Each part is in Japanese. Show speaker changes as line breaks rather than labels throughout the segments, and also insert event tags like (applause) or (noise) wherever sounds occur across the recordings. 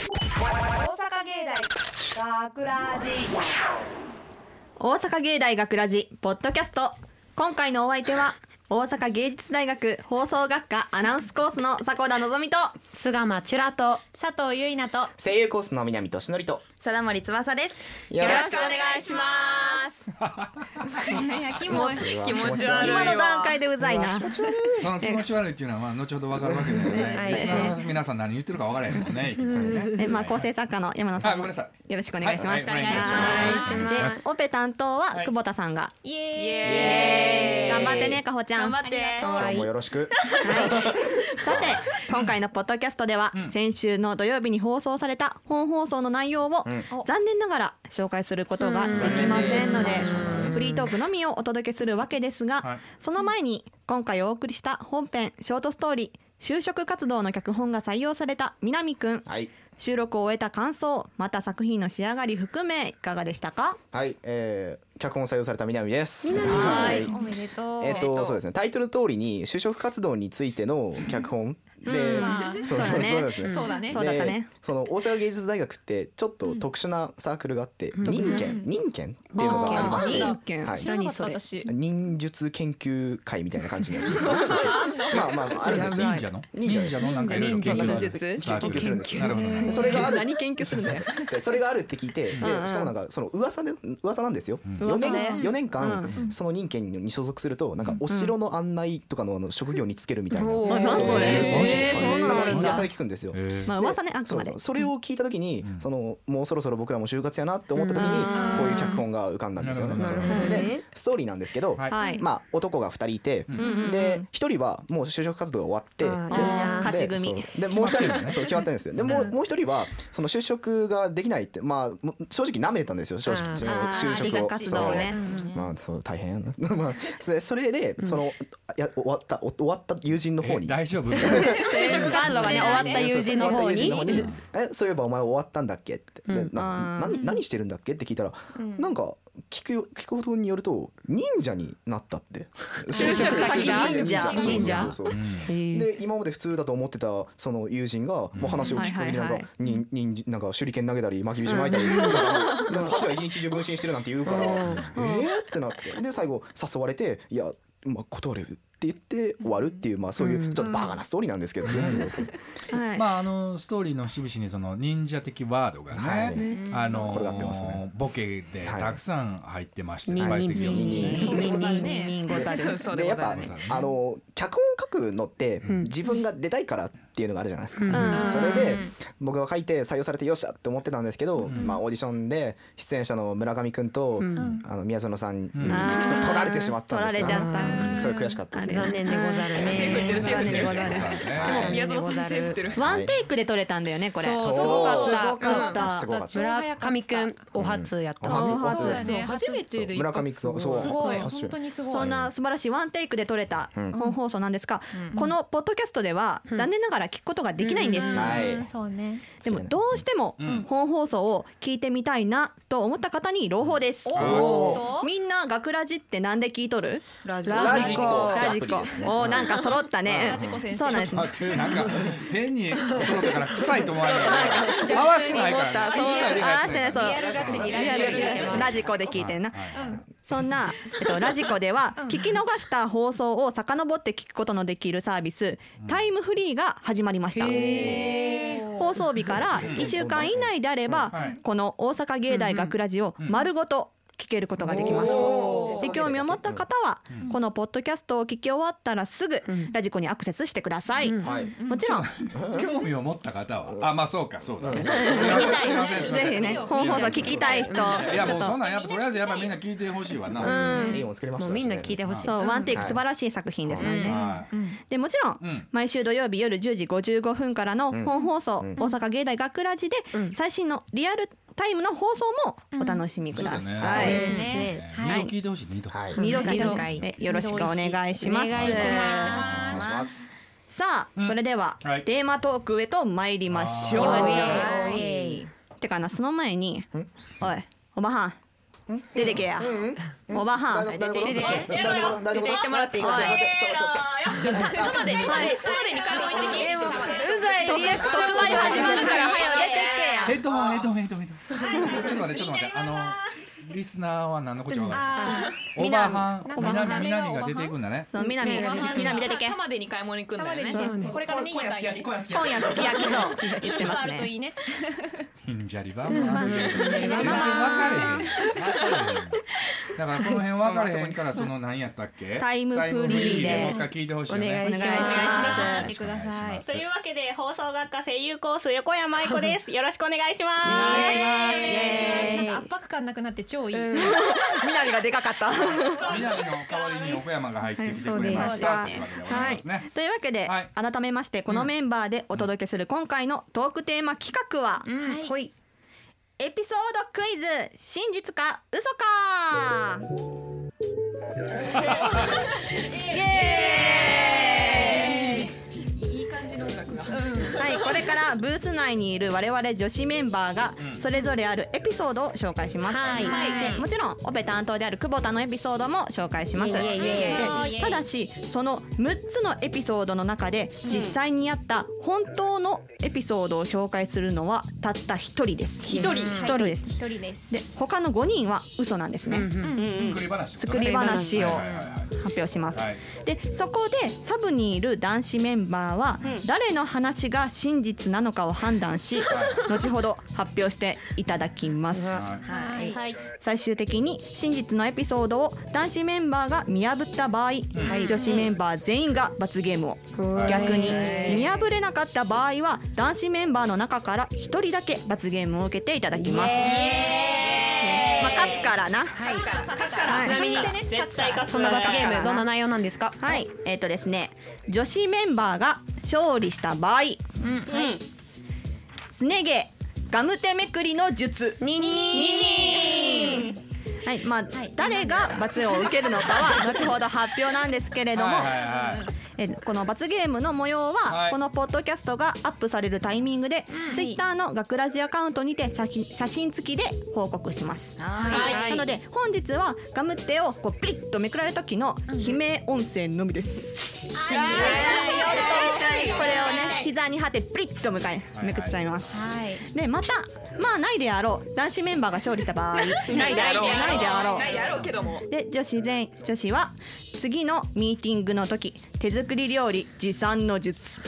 大阪芸大学ラジ
大阪芸大学ラジポッドキャスト今回のお相手は大阪芸術大学放送学科アナウンスコースの迫田望と
菅間チュラと
佐藤優衣奈と
声優コースの南としのりと
貞森翼です
よ
よ
ろ
ろ
し
し
くお
くお
願
願
い
い
し
し
ま
ます (laughs)
気持ち
気持ち
今の段階でうざいな
その気持ち悪いっていうのはまあ後ほどわかるわけだよ
は
ね。
い
リスナーの皆さん何言ってるかわからへんもんね。いきなりね
えまあ構成作家の山野さん
あごめんなさ
よろしくお願いします、
はいお願いします
でオペ担当は久保田さんが、
イエ
頑張ってねかほちゃん
ーイ
今日もよろしく
さて今回のポッドキャストでは、先週の土曜日に放送された本放送の内容を、
うん
残念ながら紹介することができませんのでフリートークのみをお届けするわけですが、
はい
その前に今回お送りした本編ショートストーリー就職活動の脚本が採用された南くん
はい
収録を終えた感想また作品の仕上がり含めいかがでしたか
はい、えー、脚本採用された南です
ーイおめでとう
えっとそうですねタイトル通りに就職活動についての脚本で、そうそうそうですね
そうだね
そうだった
で
ね
その大阪芸術大学ってちょっと特殊なサークルがあって、任研任研っていうのがありまして、
任研
はい
知らなかった私
忍術研究会みたいな感じのやつですね。まあまああるんですよ。
忍者の
忍者です
のなんかいろいろ研究する
研究するんです。
なるほどなるほど
それがある
何研究するんだよ
(laughs) でそれがあるって聞いて、で
うんうん
しかもなんかその噂で噂なんですよ。四
噂ね
年四年間その任研に所属するとなんかお城の案内とかのあの職業につけるみたいな。
おーあ
なんそれ
えー
そ
な
うなんん
か
だ
噂で聞くんですよ。
まあ
で
噂ねあくまで
そうそれを聞いた時に、そのもうそろそろ僕らも就活やなって思った時にこういう脚本が浮かんだんですよね。
なるほどなる
ほど
でストーリーなんですけど、
はい
はい
まあ男が二人いて、で一人はもう就職活動が終わって。
あーいいな
勝ち
で
組
そうでもう一人そう決まったんですよでもうもう一人はその就職ができないってまあもう正直舐めてたんですよ正直
あー
その
あー
就職を
就職活動をね
そうまあそう大変 (laughs) まあそれそれでそのいや終わったお終わった友人の方
え
に
大
(laughs)
丈夫。
就職活動がね終わった友人の方に
そうそう終わった友人の方にえそういえばお前終わったんだっけって、でな何何してるんだっけって聞いたら、なんか聞くよ聞くことによると忍者になったって
就職先が
就職先が
忍者
そうそうそうで今まで普通だと思ってたその友人がもう話を聞く限りなん
はいはい
か
は
にになんか手裏剣投げたり巻きびし巻いたりなんかなんかカフェは一日中分身してるなんて言うからえーってなってで最後誘われていやまあ断れるって言って終わるっていうまあそういうちょっとバカなストーリーなんですけどね。そう
はい
まああのストーリーの節々にその忍者的ワードが
はい
ね、あの
これが合ってますね
ボケでたくさん入ってまして、
はい
スパイス的
忍
に。
忍
そうでござるね
人ござる
でやっぱ
ざいます
あの脚本書くのって自分が出たいからっていうのがあるじゃないですか、
ん
それで僕が書いて採用されてよっしゃって思ってたんですけど、まあ、オーディションで出園者の村上くんと、あの宮園さんに取
あー
られてしまったんですよ
取られちゃった
うんそれ悔しかったです
残念でござるね残念でござる残念でござる
ワンテイクで撮れたんだよねこれ
そう
す
す
ご
ご
か
か
っ
ったた
すごかった
すごかった
村上くんお初やった
お初
お初
お初です
そうだね初め
そう村上くんはそう
すごい
初
本当にすごい
そんな素晴らしいワンテイクで撮れた本放送なんですが、このポッドキャストでは残念ながら聞くことができないんです、
んはい
そうね
でもどうしても本放送を聞いてみたいなと思った方に朗報です、
おー
みんな学ラジってなんで聞いとるラジ
コ
ラジコって
ラ
ア
ジ
プリ
コ
ですね
おーなんか揃ったねそうなんですね
待ってなんか変に揃ったから臭いと思われる
(laughs)
から合わしてないからね。
そう
一切理解してない
そう
リアルガチにラ
リ
ジ
ア
コで
ル
聞いてます
ラジコで聞いてんな
はいはいはい
そんな、えっ
(laughs)
と、ラジコでは聞き逃した放送を遡って聞くことのできるサービス、タイムフリーが始まりました。放送日から1週間以内であれば、
はい
この大阪芸大学ラジを丸ごと聞けることができます。
おー
で興味を持った方は、このポッドキャストを聞き終わったらすぐ、ラジコにアクセスしてください。
はい
もちろん、
興味を持った方はあまあそうかそうですね。
(laughs) ぜひね、本放送聞きたい人。
いやもうそん
そ
なんやっぱとりあえずやっぱみんな聞いてほしいわな。
いいもん作りまし
も
た
う
ね
みんな聞いてほしいう
そう、ワンテイク素晴らしい作品ですのでね。
はい
でもちろん、
うん
毎週土曜日夜10時55分からの本放送、大阪芸大学ラジで、最新のリアルタイムの放送もお楽しみください。
うん
ですね
ね二度聞いてほしい二度。
はいお
二度聞いて
二度聞いて
えよろしくお願いします。
お願いします
願いします
さあ、それでは、
はい
テーマトークへと参りましょう。
あ
てかなその前に、おいおばはん出てけや。おばはん
大
出
丈
て
夫
きて。
大丈夫大丈夫
出て行ってもらっていいかい
ちょちょちょちょちょちょちょちょちょ
はい
うざいリアクション
特売始まるから早く出てけや。
ヘッドホンヘッドホンヘッドホンヘッドホンちょっと待ってちょっと待ってあのリスナーは何のこっちゃ分か
あ
らないオーバーハン
南
南南
なんか
南が出ていくんだね
そう南南出てけ。
玉でに買い物行くんだよね。
ーでこれからねいいやつや
今夜好き
今夜すき焼きと言ってます
あるといい
ね。
ね
忍者リバーマン全然分かれへん分かれへんだからこの辺分かれへんからその何やったっけ
タイムフリーで
もう一回聞いてほしいよ
お願い
ね
し
聞
ま
いてください
というわけで放送学科声優コース横山愛子です。よろしくお願いします。
イエーイ
なんか圧迫感なくなって超いい (laughs)
南がでかかった。
南の代わりに横山が入ってきてくれました
はい
ってわけでござ
はい
ま
い
すね。
というわけで、
はい
改めましてこのメンバーでお届けする今回のトークテーマ企画は、
ほい
エピソードクイズ真実か嘘か。イエーイ
いい感じの音
(laughs)
楽が。
はい、これからブース内にいる我々女子メンバーが
うん
それぞれあるエピソードを紹介します。
はい
でもちろんオペ担当である久保田のエピソードも紹介します。
イエイイエイイエイ
でただしその6つのエピソードの中で実際にあった本当のエピソードを紹介するのはたった1人です。一
人
一人です。
一人です
で他の5人は嘘なんですね。
作り話
作り話を
はいはいはいはい
発表します。
はい
でそこでサブにいる男子メンバーは、誰の話が真実なのかを判断し、後ほど発表していただきます。
はい
はい。
最終的に真実のエピソードを男子メンバーが見破った場合、女子メンバー全員が罰ゲームを、
はい
逆に
はい
見破れなかった場合は男子メンバーの中から一人だけ罰ゲームを受けていただきます。まあ勝つからな。
はい
勝つから。
ちなみに
絶対勝つ
そんな罰ゲームどんな
内容なんですか
はい、えっ、とですね、女子メンバーが勝利した場合、うんすね毛ガム手めくりの術、
ににに
はい、まあ、
い
誰が罰を受けるのかは後ほど発表なんですけれども、
はいはい
えこの罰ゲームの模様は、
はい
このポッドキャストがアップされるタイミングで、ツイッターの学ラジアカウントにて写真写真付きで報告します。
はい
な
は
ので本日はガム手をこうピリッとめくられた時の悲鳴音声のみです。これをね膝に張ってプリッと向かい
はい
めくっちゃいます。
はい
でまたまあないであろう男子メンバーが勝利した場合
ないであろう。
ないであろ
ないで
う
あろうけども。
で女子全女子は次のミーティングの時手作り料理持参の術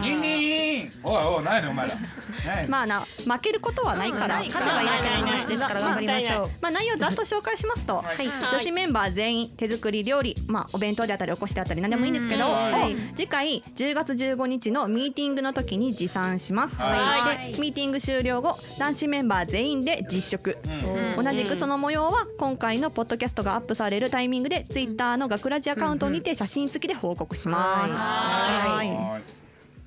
ニンニンおいおい何やねんお前ら何やねん
まあな負けることはないから、
い
勝てばやってる話ですから頑張りましょう
まあ、内容ざっと紹介しますと、
はい
はい
女子メンバー全員手作り料理、まあ、お弁当であったりおこしであったり何でもいいんですけど、
うんはい
を次回10月15日のミーティングの時に持参します、
はい
でミーティング終了後男子メンバー全員で実食、
う
同
ん
じくその模様は今回のポッドキャストがアップされるタイミングでツイッターの学ラジアカウントにて写真付きで報告します、
は
はい
はい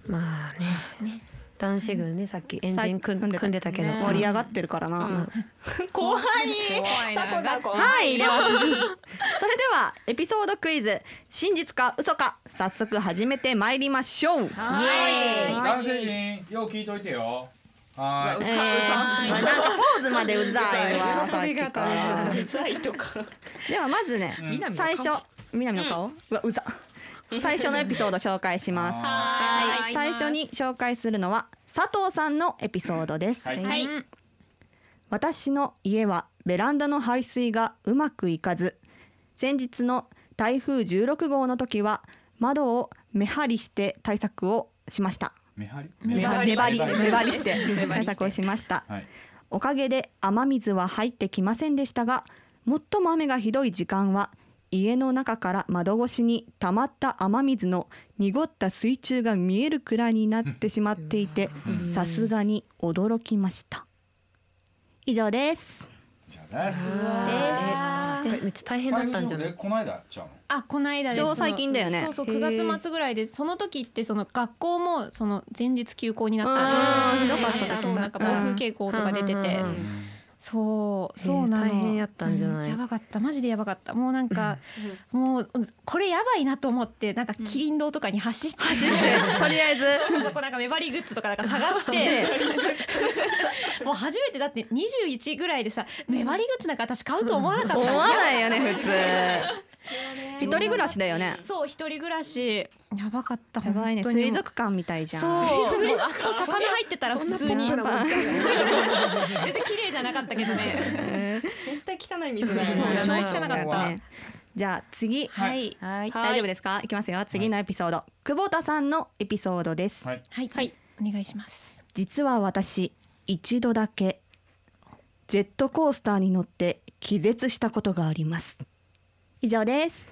まあね男子軍ねさっきエンジン組ん
さっき
組んでたけど、
盛り上がってるからな、
怖い。
怖いな
さこが怖い。
はい、では、それではエピソードクイズ、真実か嘘か、早速始めてまいりましょう。
は
男性陣よう聞いといてよは
えーまあなんかポーズまでうざいわ、さっきから。
い。うざいとか。
では、まずね、最初、南の顔、うわ、うざ。最初のエピソード紹介します。
は
最初に紹介するのは佐藤さんのエピソードです。
い
はい。
私の家はベランダの排水がうまくいかず先日の台風16号の時は窓を目張りして対策をしました
目張り
目張り目張り
目張り
目張りして対策をしました
はい
おかげで雨水は入ってきませんでしたが最も雨がひどい時間は家の中から窓越しに溜まった雨水の濁った水中が見えるくらいになってしまっていてさすがに驚きました以上です
じゃあで
で
す
す
でめっちゃ大変だったんじゃな
で
い
この間ちゃうの
あこの間です
超最近だよね
そうそう9月末ぐらいでその時ってその学校もその前日休校になった
うん
り
ひどかったですね
そうなんか暴風警報とか出て
うんうん
て
うんうん
そうそうなの
大変やったんじゃない、
やばかったマジでやばかったもうなんかもうこれやばいなと思ってなんか麒麟堂とかに走って
(laughs)
とりあえず
(laughs) そこなんかメバリーグッズとかなんか探して (laughs) もう初めてだって21ぐらいでさ目張り靴なんか私買うと思わなかったん
思
ですよ
わないよね
(laughs)
普通一人暮らしだよね
そう一人暮らしやばかった
やばいね
本当に
水族館みたいじゃん
そうあそこ魚入ってたら普通に全然綺麗じゃなかったけどね
(laughs)
絶対汚い水だよ
そう
ね
超汚かった
ねじゃあ次、
はい
はい
大丈夫ですかいきますよ次のエピソード、久保田さんのエピソードです、
はい。
はい、
はい
お願いします
実は私一度だけジェットコースターに乗って気絶したことがあります以上です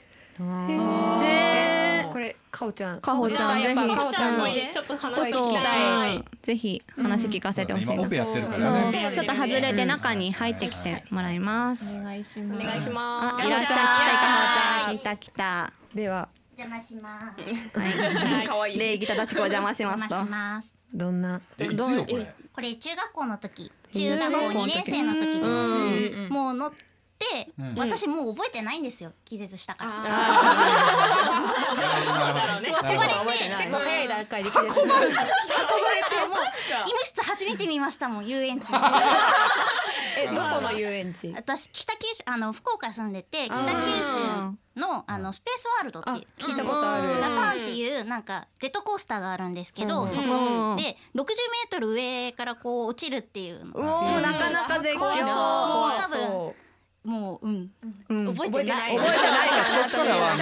これかおちゃん
かほちゃんぜ
や
ひ
っぱかほ
ちゃんのちょっと
ちょ
話
っ
聞きたい
とぜひ話聞かせてほしい
今
な、
オペやってるか
そ
ら
う
ね。
ちょっと外れて中に入ってきてもらいます
お願いし
お
ます
願いしま
あ
す
いらっしゃい来たかほちゃん来
い
た来たでは
邪魔します。
はい可愛い
礼儀正しくお邪魔し
邪
ま
魔
すと
します。
どんな
えいつよこれ。
これ中学校の時、中学校2年生の時
う
で
ん
す。もう乗って、
うん
私もう覚えてないんですよ。気絶したから。
なるほど
運ばれて、
結構早い段階で来てる
医務室初めて見ましたもん遊園地。
えどこの遊園地
私北九州あの福岡住んでて北九州のあのスペースワールドっていう。
聞いたことある
ジャパンっていうなんかジェットコースターがあるんですけど、そこで60メートル上からこう落ちるっていうの
おーなかなか絶
怖いそう
叫
多分もううん、覚えてない
覚えてないかなと
ただ
思っ
はあの
て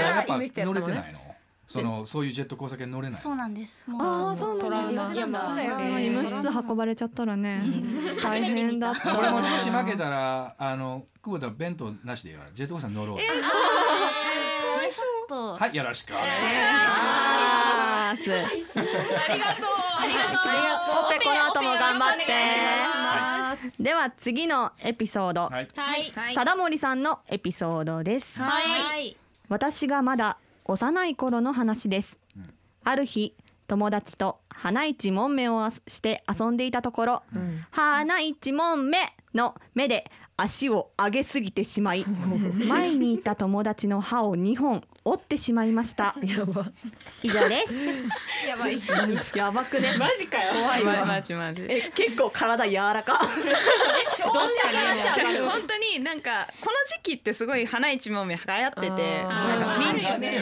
やっぱ乗れ
の
て
ね
ないの。そのそういうジェットコースター系乗れない。
そうなんですもうちょっと
そうなんだ
いやまあ
そうだよね
医務室運ばれちゃったらね大変だった
これも女子負けたらあの久保田弁当なしでいいわジェットコースター乗ろう。
ちょっと、
はいよろしくお願いし
あーす
ありがとうありがとう
オペこの後も頑張って
ます
では次のエピソード、
ます。はい。
はい
貞森さんのエピソードです
はい
私がまだ幼い頃の話です、ある日友達と花一門目をあすして遊んでいたところ、花一門目の目で足を上げすぎてしまい前にいた友達の歯を2本折ってしまいました
やば
以上です
やばい
やばくね
マジかよ
怖いわ
マジマジえ
え結構体柔ら
(laughs)
か
どんな話本当になんかこの時期ってすごい花一門目流行っててなん
あ
か
ある
(laughs)
よね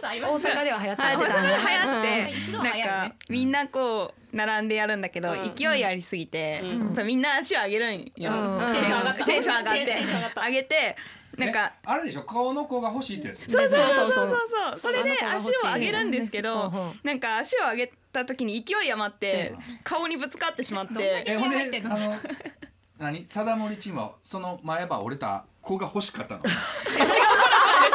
大阪では流行っ
大
た
う
阪で
ん
流行っ
一
て
度は流行るね
なんかみんなこう並んでやるんだけど
うん
勢いありすぎて
うん
やっぱみんな足を上げるんよテンシ
ん
ョン上がってテンション上がって
テンション上がった
上げてなんか
えあれでしょ顔の子が欲しいってやつ。
そうそう
そ
そうそうう
そう
そうそれで足を上げるんですけどなんか足を上げた時に勢い余って顔にぶつかってしまって
えほんであの何貞森チームはその前歯折れた子が欲しかったの。違う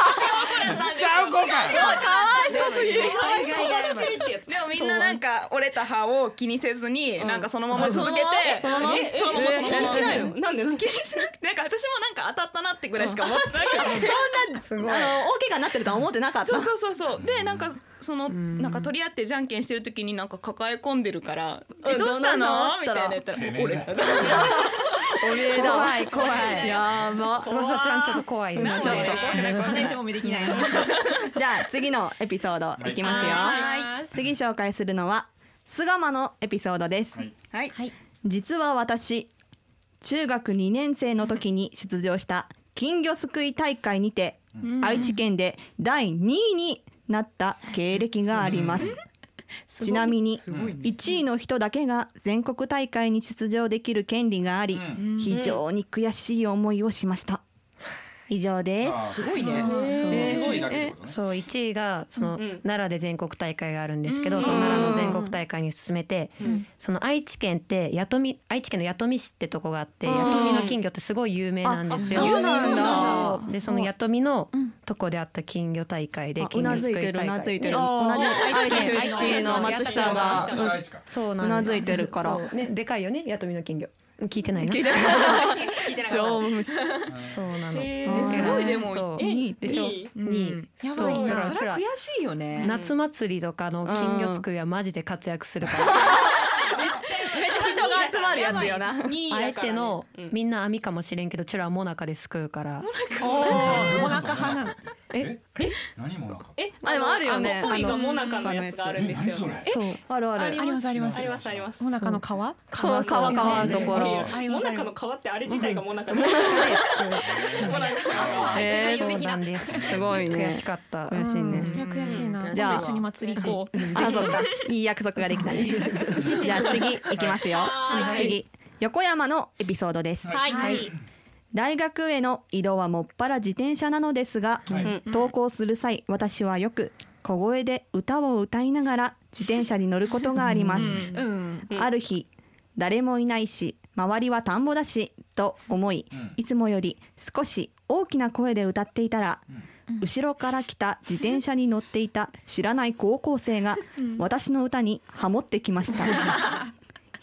子なんです。違う子かい。
海外で
チリってやつ
でもみんななんか折れた歯を気にせずになんかそのまま続けて
そのまま
えそのままそのまま
気にしないのなんでなんで
気にしなくてなんか私もなんか当たったなってぐらいしか思ってなくて
す
あ
ご
の
い
大怪我になってるとは思ってなかった
そうそうそうそうでなんかそのなんか取り合ってじゃんけんしてる時になんか抱え込んでるから「
うん
えどうしたの?」
どん
み
な
た
の
いな
あ
や
っ
ったた
ら
ら
てめえ
折れ
だ
た
おめえだ
怖い怖
(laughs)
い
やば
翼ちゃんちょっと怖いね
ちょっと
話もでき
(laughs)
ない
じゃあ次のエピソードいきますよ、
はい
次紹介するのは巣鴨のエピソードです、
はい
はい
はい
実は私中学2年生の時に出場した金魚すくい大会にて、愛知県で第2位になった経歴があります、 (laughs) ちなみに1位の人だけが全国大会に出場できる権利があり、
う
非常に悔しい思いをしました以上です
すごいね。一位だけってことね。
そう1位がその
んうん
奈良で全国大会があるんですけど、その奈良の全国大会に進めて、その愛知県って弥富愛知県の弥富市ってとこがあって
うん
弥富の金魚ってすごい有名なんですよ。
あそうなんだ
そうでその弥富のとこであった金魚大会で
あう
金
な
魚す
ず
く
いて
大
るう
会
なずいてる
あ
同
ー
じ愛知県
愛知
出身
県
の松下が
私は愛知か。
そう
う
なん
な
だ
ずいてるから
そうねでかいよね弥富の金魚聞いてないな (laughs)
超無視
そうなの、
え
ー
すごいでも
そう
2位
でしょ
いい
2位
やばいな
そ
そう
うだからち
それ
ら
は悔しいよね
夏祭りとかの金魚すくいはマジで活躍するから
人が集まるやつよな
あえてのみんな網かもしれんけどチュラはモナカですくうから
おお。お
お腹派なの
え何もなかった
え、
あでもあるよね
あのコイがモナカのやつがあるん
え
で
何
す
そ
よ。
れ
そう
あるある
ありますあります
ありますあります。
モナカの川
そう川川のところ
ありま
モ
すあ
ナ
り
カ
ま
の
す
皮ってあれ自体がモナカで。モナカの皮。
え
そう
ー
なんです
すごいね
悔しかった
悔しいね
うんそれは悔しいな
じゃあ
一緒に祭り行こう
あそうかいい約束ができたねじゃあ次いきますよ
はい
次横山のエピソードです
はい。はい。
大学への移動はもっぱら自転車なのですが、
はい
登校する際私はよく小声で歌を歌いながら自転車に乗ることがあります、
うん
ある日誰もいないし周りは田んぼだしと思い、
うん
いつもより少し大きな声で歌っていたら、後ろから来た自転車に乗っていた知らない高校生が私の歌にハモってきました。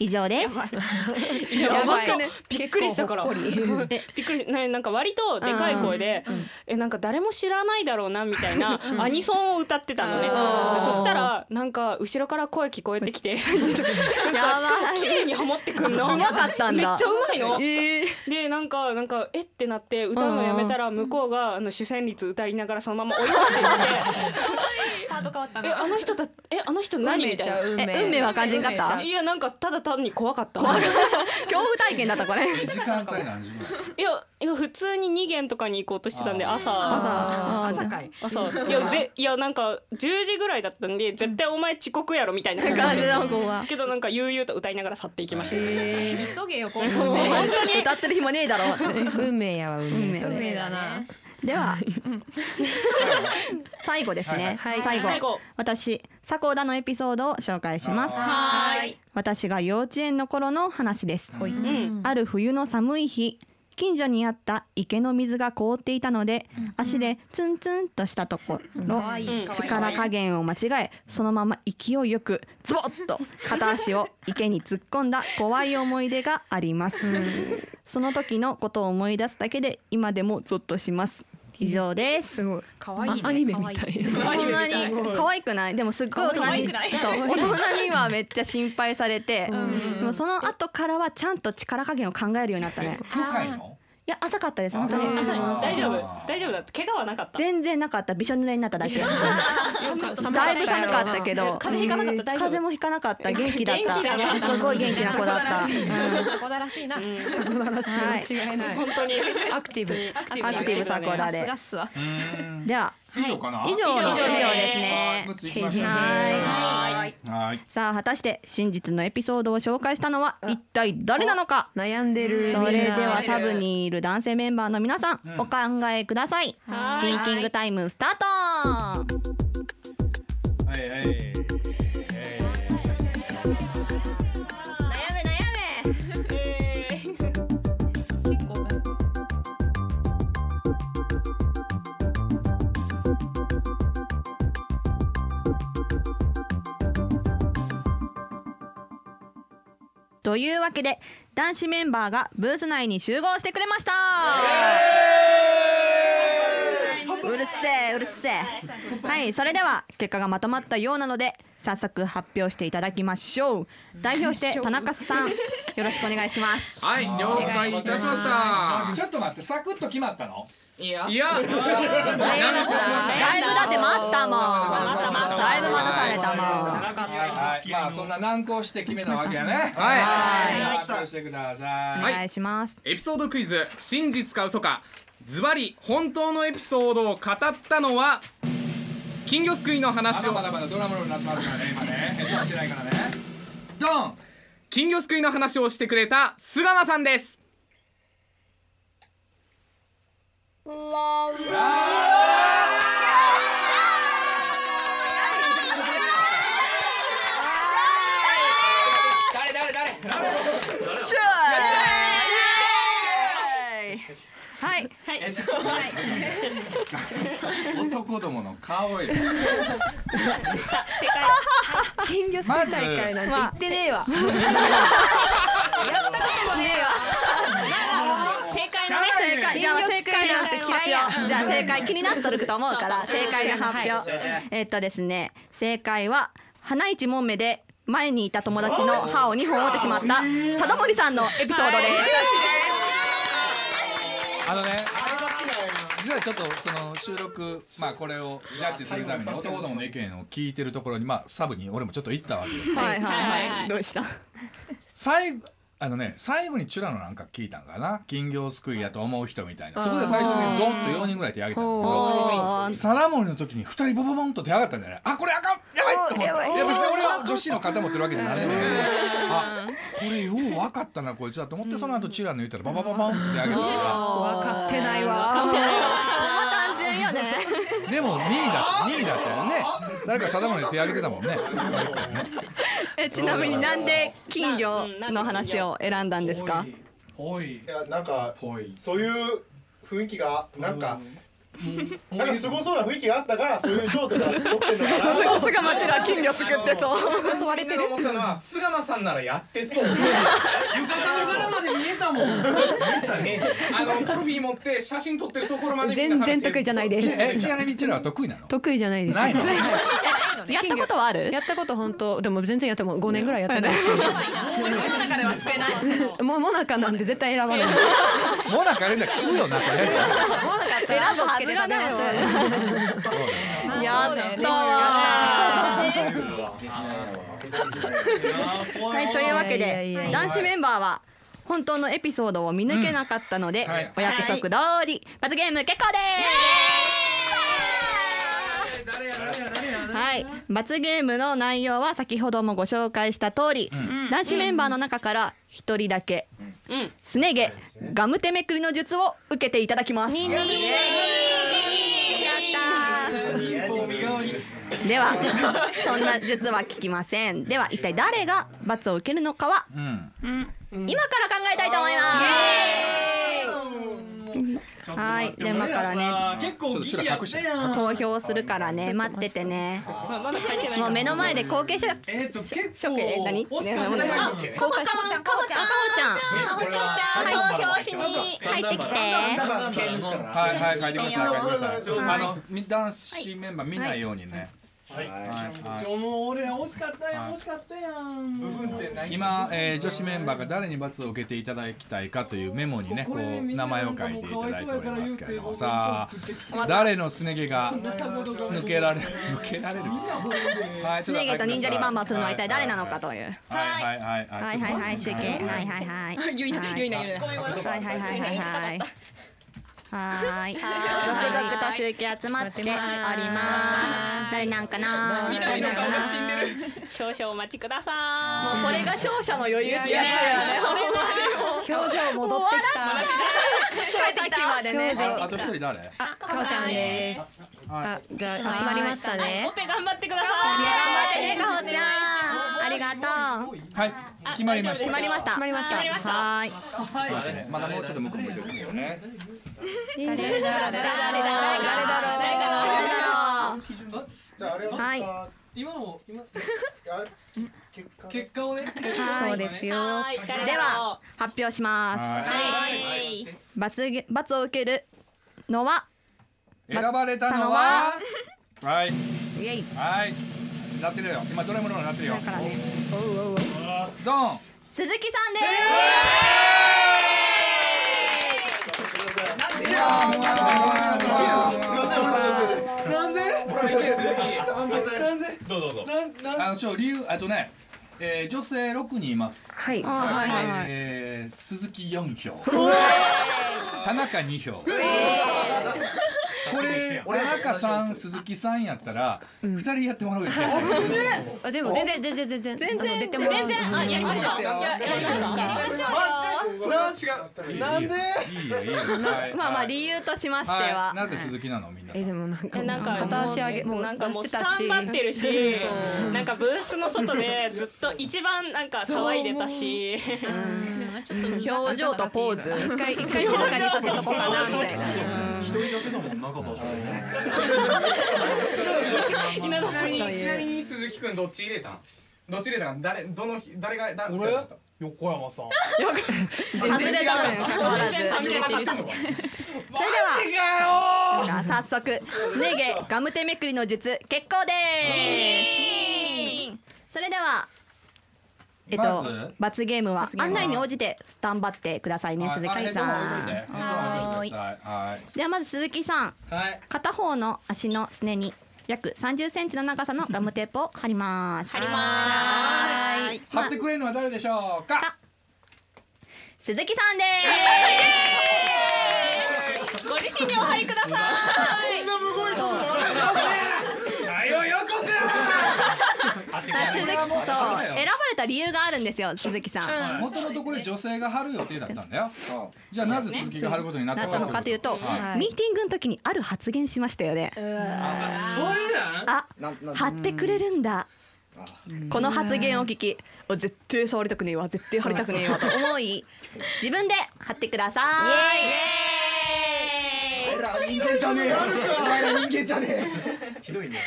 以上です。 (laughs)
いや
やば
本
い
当びっくりしたから。
結構ほっこり
え (laughs) びっくりしねなんか割とでかい声で、えなんか誰も知らないだろうなみたいなアニソンを歌ってたのね
あ。ー
そしたらなんか後ろから声聞こえ
(laughs)
てきて、なんかしかも綺麗にハモってくんの。
うまかったんだ
めっちゃうまいの。
え
でなんかなんかえってなって歌うのやめたら向こうがあの主旋律歌いながらそのまま追い
(laughs)
越していって
パート変わった
えあの人だえあの人何みたい
運
え運命は感じんかった
な。いやなんかただ単に怖かっ
(laughs)
た。
恐怖体験だったこれ。
え時間帯何時ぐらい
いやいや普通に2軒とかに行こうとしてたんで
あー
朝
朝
あー
朝
かい
朝いやぜいやなんか10時ぐらいだったんで絶対お前遅刻やろみたいな
感
感じ
じ
で
の子は。
けどなんか悠々と歌いながら去っていきました
え
(laughs) 急げよこの
本当に歌ってる暇ねえだろう。
運命やわ運命それ
運命だな
では最後ですね。
はい
最
最
後
後。
私迫田のエピソードを紹介します。
はーい
私が幼稚園の頃の話です。
ほい
うん
ある冬の寒い日近所にあった池の水が凍っていたので、足でツンツンとしたところ、
可愛い
うん
力加減を間違えそのまま勢いよくズボッと片足を池に突っ込んだ怖い思い出がありますその時のことを思い出すだけで今でもゾッとします以上です
ごい
可愛いね
アニメみたいな
大人に可愛くないでもすっごい大人にそう大人にはめっちゃ心配されて、でもその後からはちゃんと力加減を考えるようになったね
深い
(laughs)
の
いや浅かったです本当に
朝
あ大丈夫
あー
大丈夫だった怪我はなかった
全然なかったびしょ濡れになっただけだいぶ寒かった
(laughs)
け (laughs) ど
風邪ひかなかった大丈夫
風もひかなかった元気だっ
元気
た
だな
すごい元気な子だった
こだらしいな
うん
はい
違いない
本当に
アクティブ
アク
アクティブサコ
さ
ダ
す
で
がっすわ
うーん
では
以上かな
以上の以上です
はい
ね
グッズいきましょうね
は
はいはい
さあ果たして真実のエピソードを紹介したのは一体誰なのか
悩んでる
それでは
みんな
サブにいる男性メンバーの皆さん
うん
お考えください
は
シンキングタイムスタート
はいはいはい
悩め悩めというわけで男子メンバーがブース内に集合してくれましたうるせえうるせえはいそれでは結果がまとまったようなので早速発表していただきましょう代表して田中さんよろしくお願いします
はい了解いたしまし
あ
た
ちょっと待ってサクッと決まったの
いやいや
だいぶだって待った
待っ
もん
た待った
だいぶ待たされたもん
はいはいまあそんな難航して決めたわけやね
はい
はい発表してください
お願いします
エピソードクイズ真実か嘘かズバリ本当のエピソードを語ったのは金魚すくいの
ま
話
だ
を
まだまだドラムロールになってますからね今ね変換しないからねドン
金魚すくいの話をしてくれた菅間さんです誰誰誰
はい
えちょっと待って男どもの顔よ
金魚すくい大会なんて言ってねえわ
正解
じ
の
ゃ
ね
あ
正解じゃあ正解の発表じゃあ正解気になっとると思うから正解の発表えっとですね正解は花一門目で前にいた友達の歯を2本折ってしまった貞森さんのエピソードです
あのね実はちょっとその収録まあこれをジャッジするために男どもの意見を聞いてるところにまあサブに俺もちょっと行ったわけです。
はいはい
は
はいい。どうした？
最後あのね最後にチュラのなんか聞いたんかな金魚すくいやと思う人みたいなそこで最初にドンと4人ぐらい手挙げたんだけど
おー
サラモリの時に2人ボボボンと手上がったんじゃないあこれあかんやばいと思っていや別に俺
(laughs)
は女子の肩持ってるわけじゃないんだけどあこれよう分かったなこいつだと思ってその後チュラの言ったらババババンって手上げたか
分かってないわ。
単純よね。
らでも2位だった2位だったよね誰かサラモリに手挙げてたもんね
えちなみになんで金魚の話を選んだんですか？
ぽい
やなんか
ぽい
そういう雰囲気がなんかなんかすごそうな雰囲気があったからそういうショートが取ってんのかな
さすが町が金魚作ってそう。
われてる思った
(laughs)
のは菅間さんならやってそう浴衣
からまで見えたもん。
ねあのトロフィー持って写真撮ってるところまで
全然得意じゃない
で
です。
えちなみにチュラは得意なの
得意じゃないです。
ないの
やったことはある？
やったこと本当でも全然やっても5年ぐらいやってないし、
の中では使えない。
もうモナカなんで絶対選ばない。モ
モナカやるんだ食うよなこれ
ナカって
選ぶは
つけ
ず
て
が
食べ
な
ま
いよ
す。。
やったわー。はい、というわけ
いやいやい
で
や
男子メンバーは本当のエピソードを見抜けなかったので、
うんはい
お約束通り (laughs) 罰ゲーム結構ですはい、罰ゲームの内容は先ほどもご紹介した通り、男子メンバーの中から一人だけ、
うん
すね毛ガム手めくりの術を受けていただきます。やったーではそんな術は聞きませんでは一体誰が罰を受けるのかは
うん
今から考えたいと思います。はい、で今からね
結構ギリやったやん。
投票するからね待っててね。
まあまだ書いてない
もう目の前で後継者
えっと結
処
構
刑何？
オスカー
ね
大
あ
学生
公開かほちゃんかほちゃん
あおちゃんちゃん投票しに入ってきて
多分毛抜くから
はいはい書いてください書いてく
は
ださい、
い
あのみ男子メンバー見ないようにね、 (laughs) はい
ちょもう俺ら惜しかったやん惜しかったやん。
今、えー女子メンバーが誰に罰を受けていただきたいかというメモにねこう名前を書いていただいておりますけれどもさあ誰のすね毛が抜けられ抜けられるはい
スネ毛と忍者リバンバンするのは一体誰なのかという。
はいはいはいはい
はいはいはい集計はいはいはいはい。
ゆいなゆいなゆいな。
はいはいはいはいはい。はーい。続々と集計集まっております。誰なんかな。誰なんかな。
少々お待ちくださ
もうこれが勝者の余裕ってやつだよね。
表情戻ってき
さっきまで
た。表
ね。
ああ
情。
と一人誰
あ、かおちゃんです。あ、じゃあ
集
集
ま
ま
り
り
ま
ま
し
したた
ね
ね。
いオペ頑張ってくださ
頑張って
い
ね、かほちゃん。ありがとう。
はい決まりました
決まりました。
決まりました
はーい。
はい待ってねまだもうちょっと向こう向いておくよね
誰だろう。誰だろう。誰
誰だ
だろ
基準が
じゃああれ
う。はい。
今の今
あれ結果
結果をね。
そうですよ。
はい誰
で
だろう
は発表します。
は
罰ゲ罰を受けるのは。
い選ばれたのははい
イエイ
はいなってるよ今ドラムロールなってるよ
だからね。
ドン
鈴木さんで
なんで？なんで？どうぞどうぞ。なんなん
あのちょ理由あとね、えー、女性六人います。
はい。
はいはいはい
えー、鈴木四票。田中二票。これ田中さん鈴木さんやったら二、人やってもらうよ。
あでも全然全然全然全然出てもらう。全然
あやりましょうややりましょう
いいよなんで？いいよいいよ。はい
す。まあまあ
由
理由としまして
はい。な
は。
ぜ鈴木なのみんなさ
えで
ん。
もなんか
えなんか
片足上げもう
なんかもう
出
ス
し
タ
てたし。
ンバってるしなんかブースの外でずっと一番なんか騒いでたし
表情とポーズ。
一回一回静かにさせとこうかなみたいな。
稲田さんに
ちなみに鈴木くんどっち入れたんどっち入れたん誰どの日誰が誰
俺横山さん。
外れたのに関わらず。それでは。では早速すね毛ガム手めくりの術決行です。それではえっと
バツ
罰ゲームは
罰ゲー
案
ムは
内に応じて頑張ってくださいね
はい
鈴木さ
あ
ん
えっとは
はいい
はい
ではまず鈴木さん
はい
片方の足のすねに約30センチの長さのガムテープを貼ります貼ります
貼ってくれるのは誰でしょうか
鈴木さんで
ーすご自身にお貼りくださいこんなむごいこと
よよこせ
あ鈴木そう選ばれた理由があるんですよ鈴木さん、
もともとこれ女性が貼る予定だったんだよじゃあなぜ鈴木が貼ることになった
なったのかというと、
はい
ミーティングの時にある発言しましたよね。あ、貼ってくれるんだ。この発言を聞き、あ絶対触りたくねえわ、絶対貼りたくねえわと
(laughs)
思い、自分で貼ってください。
俺ら人間じゃねえよお前ら人間じゃねえひどいね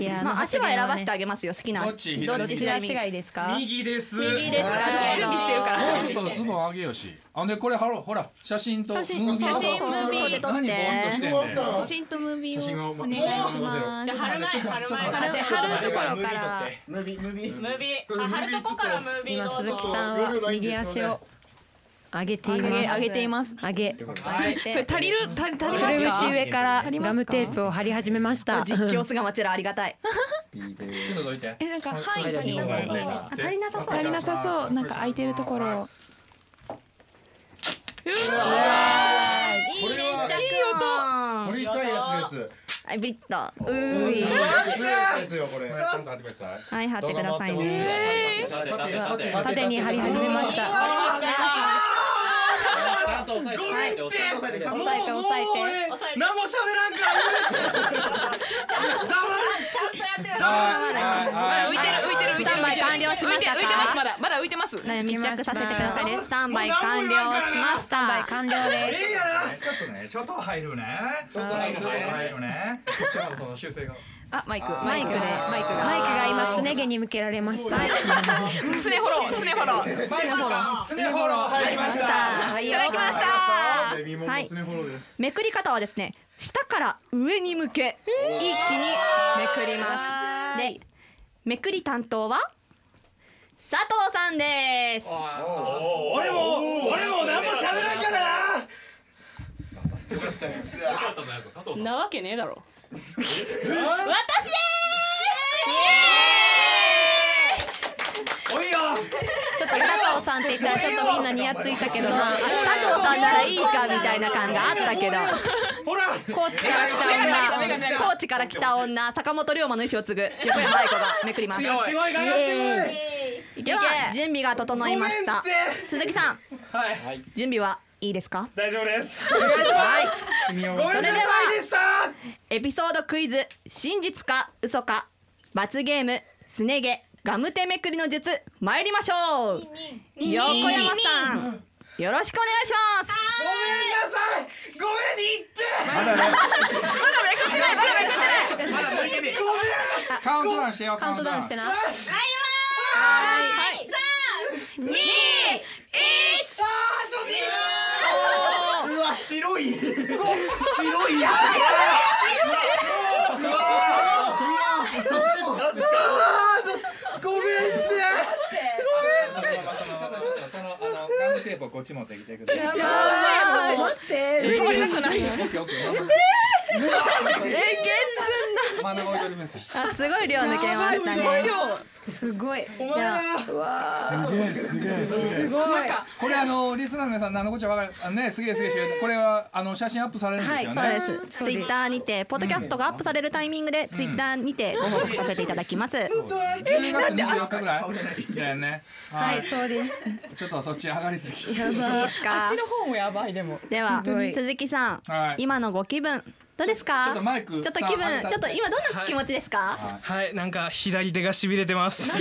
いやまあ足は選ばせてあげますよ好きな
どっち
どっち左
左
いですか
右です
右ですか準備してるから
もうちょっとズボン上げよしあでこれ貼ろうほら写真とムー
写真
ビー
写真ムービー
何ボンとしてんねん
写真とムービーをお願いします
じゃあ貼る前貼る前
貼るところから
ムービームービー
ムービーあ貼るとこからムービー
今
どう
鈴
ぞ
木さんは右足を上げています
上げ上げています
上げ
はいそれ足りる足り足り
くるぶ
ま
し
すか
上からガムテープを貼り始めました
実況すがまちらありがたい
ちょっとどいて
えなんかはい
はい
足りなさそう
あ
足りなさそう
足りなさそうなんか空いてるところを
これはこれ痛いやつです
はいビッとう
これ
ーい
痛いやつですよこれ
貼ってください
はい貼ってください
え
ね
ー縦
縦に貼り始めました
もう
押さえて押さえて
何も喋らんから
はいは
浮
い
いてる浮いてる浮いてる
スタンバイ完了しましたか
浮いて浮いてますまだまだ浮いてます
ね密着させてくださいねスタンバイ完了しました
スタンバイ完了です
いいやなちょっとねちょっと入るねちょっと入るね入るねその修正が
あマイク
マイクで
マイク
マイク
が
が今すね毛に向けられました
スネフォロースネ (laughs) フォロー
マイクさんスネフォロー入りました
いただきました
ベビーモンのスネフォローです
めくり方はですね下から上に向け一気にめくりますでめくり担当は佐藤さんです
俺も俺も何も喋らんからな
なわけねえだろ
私
おいよ
ちょっと佐藤さんって言ったらちょっとみんなにやついたけどな
佐藤さんならいいかみたいな感があったけど
ほら
高知から来た女
高知から来た女坂本龍馬の衣装を継ぐ横山愛子がめくります
強い強い頑張って
では準備が整いました鈴木さん
こいはい
準備はいいですか
大丈夫です
そ
ごめんなさいでした
エピソードクイズ真実か嘘か罰ゲームすね毛ガム手めくりの術参りましょう横山さんよろしくお願いします
ごめんなさいごめんにって
まだね
まだ抜いてね
カウントダウンしてよ
カウントダウンしてな
ごめんはい三あー女子うわ白い白いやばいやばいうわうわうわごめんって
ちょっとちょっとそのあのガムテープをこっち持ってきてください。
ちょっと触りたくない
オッケーオッケー。まだ置いております。
あすごい量抜けました
すごい
ね
量
すごい
お前ら
すげえすげえすげえ。
なんか
これあのリスナーの皆さん何のこっちゃわかるあねすげえすげえすげえこれはあの写真アップされるんですよね。
そうですツイッターにてポッドキャストがアップされるタイミングでツイッターにてご報告させていただきます
10月24日ぐらいだよね。は
はい。そうです
ちょっとそっち上がりすぎちゃう。
ですか
足の方もやばいでも
では
すごい
鈴木さん
はい
今のご気分どうですか
ちょっとマイク
ちょっと気
さん上
分
げた
ちょっと今どんな気持ちですか
はいなんか左手がしびれてます
な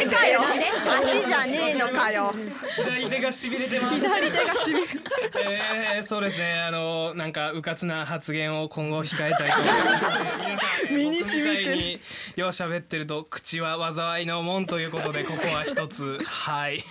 んかよ足じゃねえのかよ
左手がしびれてます左手がしびれえー、そうですねあのなんかうかつな発言を今後控えたいと思い (laughs) ます身にしみてによう喋ってると口は災いのもんということでここは一つはい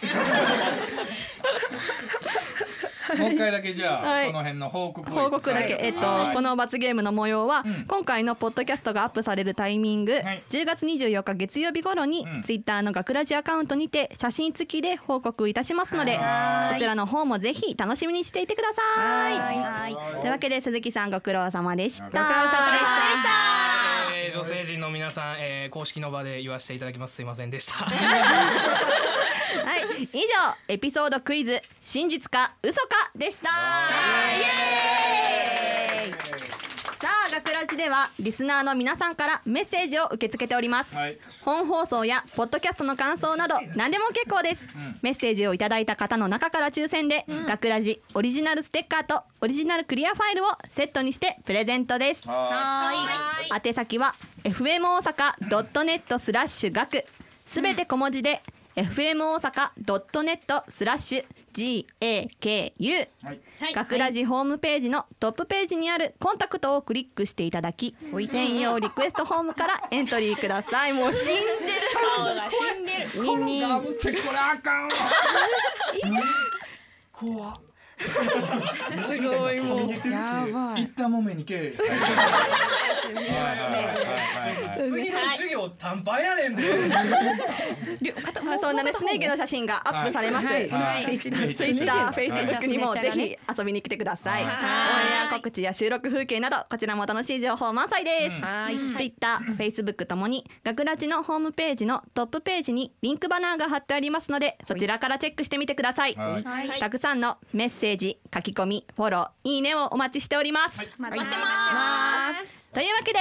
もう一回だけじゃあ、
はい
この辺の報告を
報告だけ、えっと、この罰ゲームの模様は、今回のポッドキャストがアップされるタイミング、10月24日月曜日頃に、ツイッターの学ラジアカウントにて写真付きで報告いたしますので
はい
そちらの方もぜひ楽しみにしていてください。というわけで鈴木さんご苦労様でした。ご苦労様で
えー女性陣の皆さん、えー公式の場で言わせていただきますすいませんでした。
した。はい、以上エピソードクイズ真実か嘘かでした。イエーイさあ学ラジではリスナーの皆さんからメッセージを受け付けております、本放送やポッドキャストの感想など何でも結構です、メッセージをいただいた方の中から抽選で、学ラジオリジナルステッカーとオリジナルクリアファイルをセットにしてプレゼントです宛先は fm 大阪 .net スラッシュ学すべて小文字で fm 大阪 .net スラッシュ GAKU 学ラジホームページのトップページにあるコンタクトをクリックしていただき専用リクエストフォームからエントリーくださいもう死んでる
顔が死んでる
ニンニン
顔が
ってこれあかんわ
怖っ
すごいもうやばい一旦もめに行け
次の授業短パンやねんで。
あそんなねスネーゲの写真がアップされます。ツ
は
イ
いはいはい
ッター、フェイスブックにも
はい
ぜひ遊びに来てください。オンエア告知や収録風景などこちらも楽しい情報満載です。ツイッター、フェイスブックともに学ラジのホームページのトップページにリンクバナーが貼ってありますので、そちらからチェックしてみてください。
はいはい
たくさんのメッセージ、書き込み、フォロー、いいねをお待ちしております。
待って
ます。というわけで、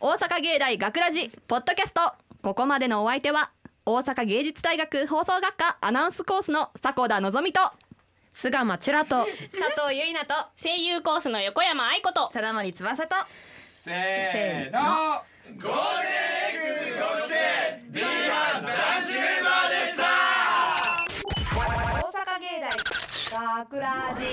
大阪芸大学ラジポッドキャストここまでのお相手は大阪芸術大学放送学科アナウンスコースの迫田のぞみと菅間チュラと
佐藤ゆいなと声優コースの横山愛子と貞森翼と
せーのゴールデン X 国政 B 班男子メンバーでした
大阪芸大がくらじ